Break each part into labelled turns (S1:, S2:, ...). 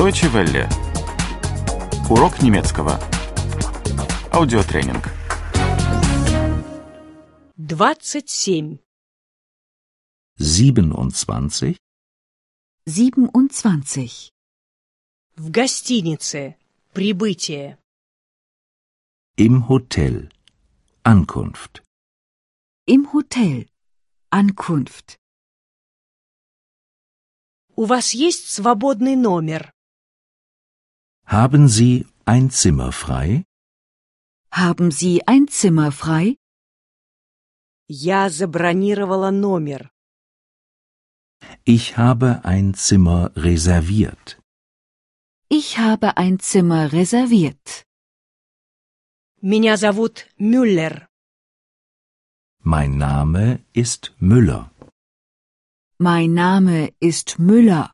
S1: Deutsche Welle. Урок немецкого. Аудиотренинг.
S2: 27.
S3: 27
S4: 27.
S2: В гостинице. Прибытие.
S3: im Hotel Ankunft
S4: Im Hotel. Ankunft.
S2: У вас есть свободный номер?
S3: Haben Sie ein Zimmer frei?
S4: Haben Sie ein Zimmer frei?
S2: Я забронировала номер.
S3: Ich habe ein Zimmer reserviert.
S4: Ich habe ein Zimmer reserviert.
S2: Меня зовут Мюллер.
S3: Mein Name ist Müller.
S4: Mein Name ist Müller.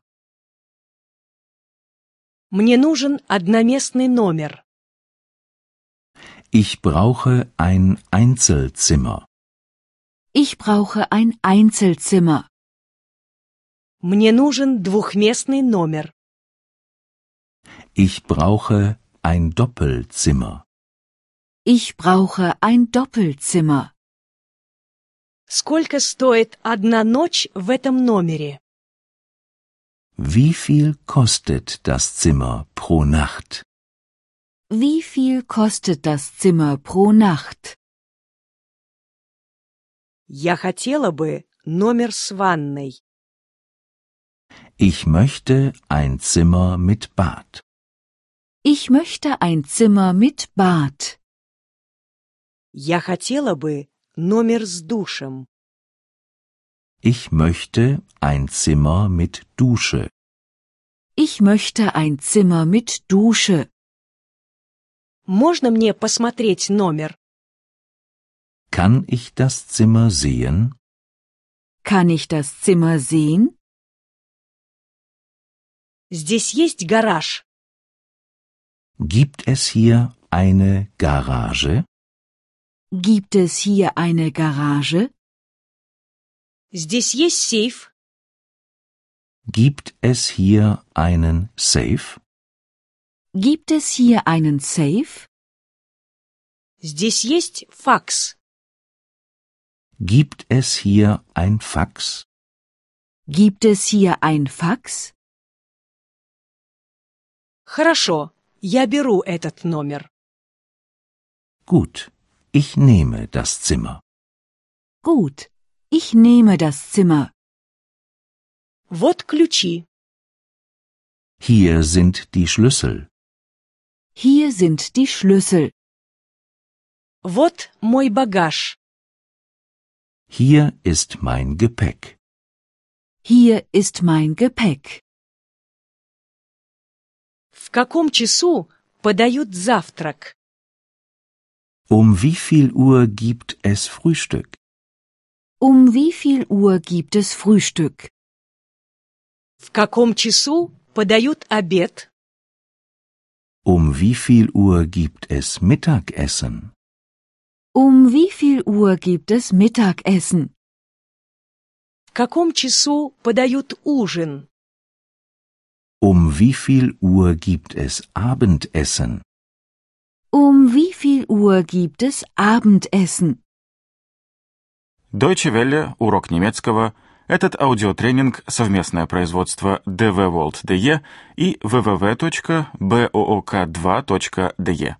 S2: Мне нужен одноместный номер.
S3: Ich brauche ein Einzelzimmer.
S4: Ich brauche ein Einzelzimmer.
S2: Мне нужен двухместный номер.
S3: Ich brauche ein Doppelzimmer.
S4: Ich brauche ein Doppelzimmer.
S2: Сколько стоит одна ночь в этом номере?
S3: Wie viel kostet das Zimmer pro Nacht?
S4: Wie viel kostet das Zimmer pro Nacht?
S2: Я хотела бы номер с ванной.
S3: Ich möchte ein Zimmer mit Bad.
S4: Ich möchte ein Zimmer mit Bad.
S2: Я хотела бы номер с душем.
S3: Ich möchte ein Zimmer mit Dusche.
S4: Ich möchte ein Zimmer mit Dusche.
S2: Можно мне посмотреть номер?
S3: Kann ich das Zimmer sehen?
S4: Kann ich das Zimmer sehen?
S2: Здесь есть гараж.
S3: Gibt es hier eine Garage?
S4: Gibt es hier eine Garage?
S2: Здесь есть сейф.
S3: Gibt es hier einen Safe?
S4: Gibt es hier einen Safe?
S2: Здесь есть факс.
S3: Gibt es hier ein Fax?
S4: Gibt es hier ein Fax?
S2: Хорошо, я беру этот номер.
S3: Gut, ich nehme das Zimmer.
S4: Gut, ich nehme das Zimmer.
S2: Вот ключи.
S3: Hier sind die Schlüssel.
S4: Hier sind die Schlüssel.
S2: Вот мой багаж.
S3: Hier ist mein Gepäck.
S4: Hier ist mein Gepäck.
S2: В каком часу подают завтрак?
S3: Um wie viel Uhr gibt es Frühstück?
S4: Um wie viel Uhr gibt es Frühstück?
S2: В каком часу подают обед?
S3: Um wie viel Uhr gibt es Mittagessen?
S4: Um wie viel Uhr gibt es Mittagessen?
S2: В каком часу подают ужин?
S3: Um wie viel Uhr gibt es Abendessen?
S4: Um wie viel Uhr gibt es Abendessen?
S1: Deutsche Welle. Урок немецкого. Этот аудиотренинг – совместное производство DW World DE и www.book2.de.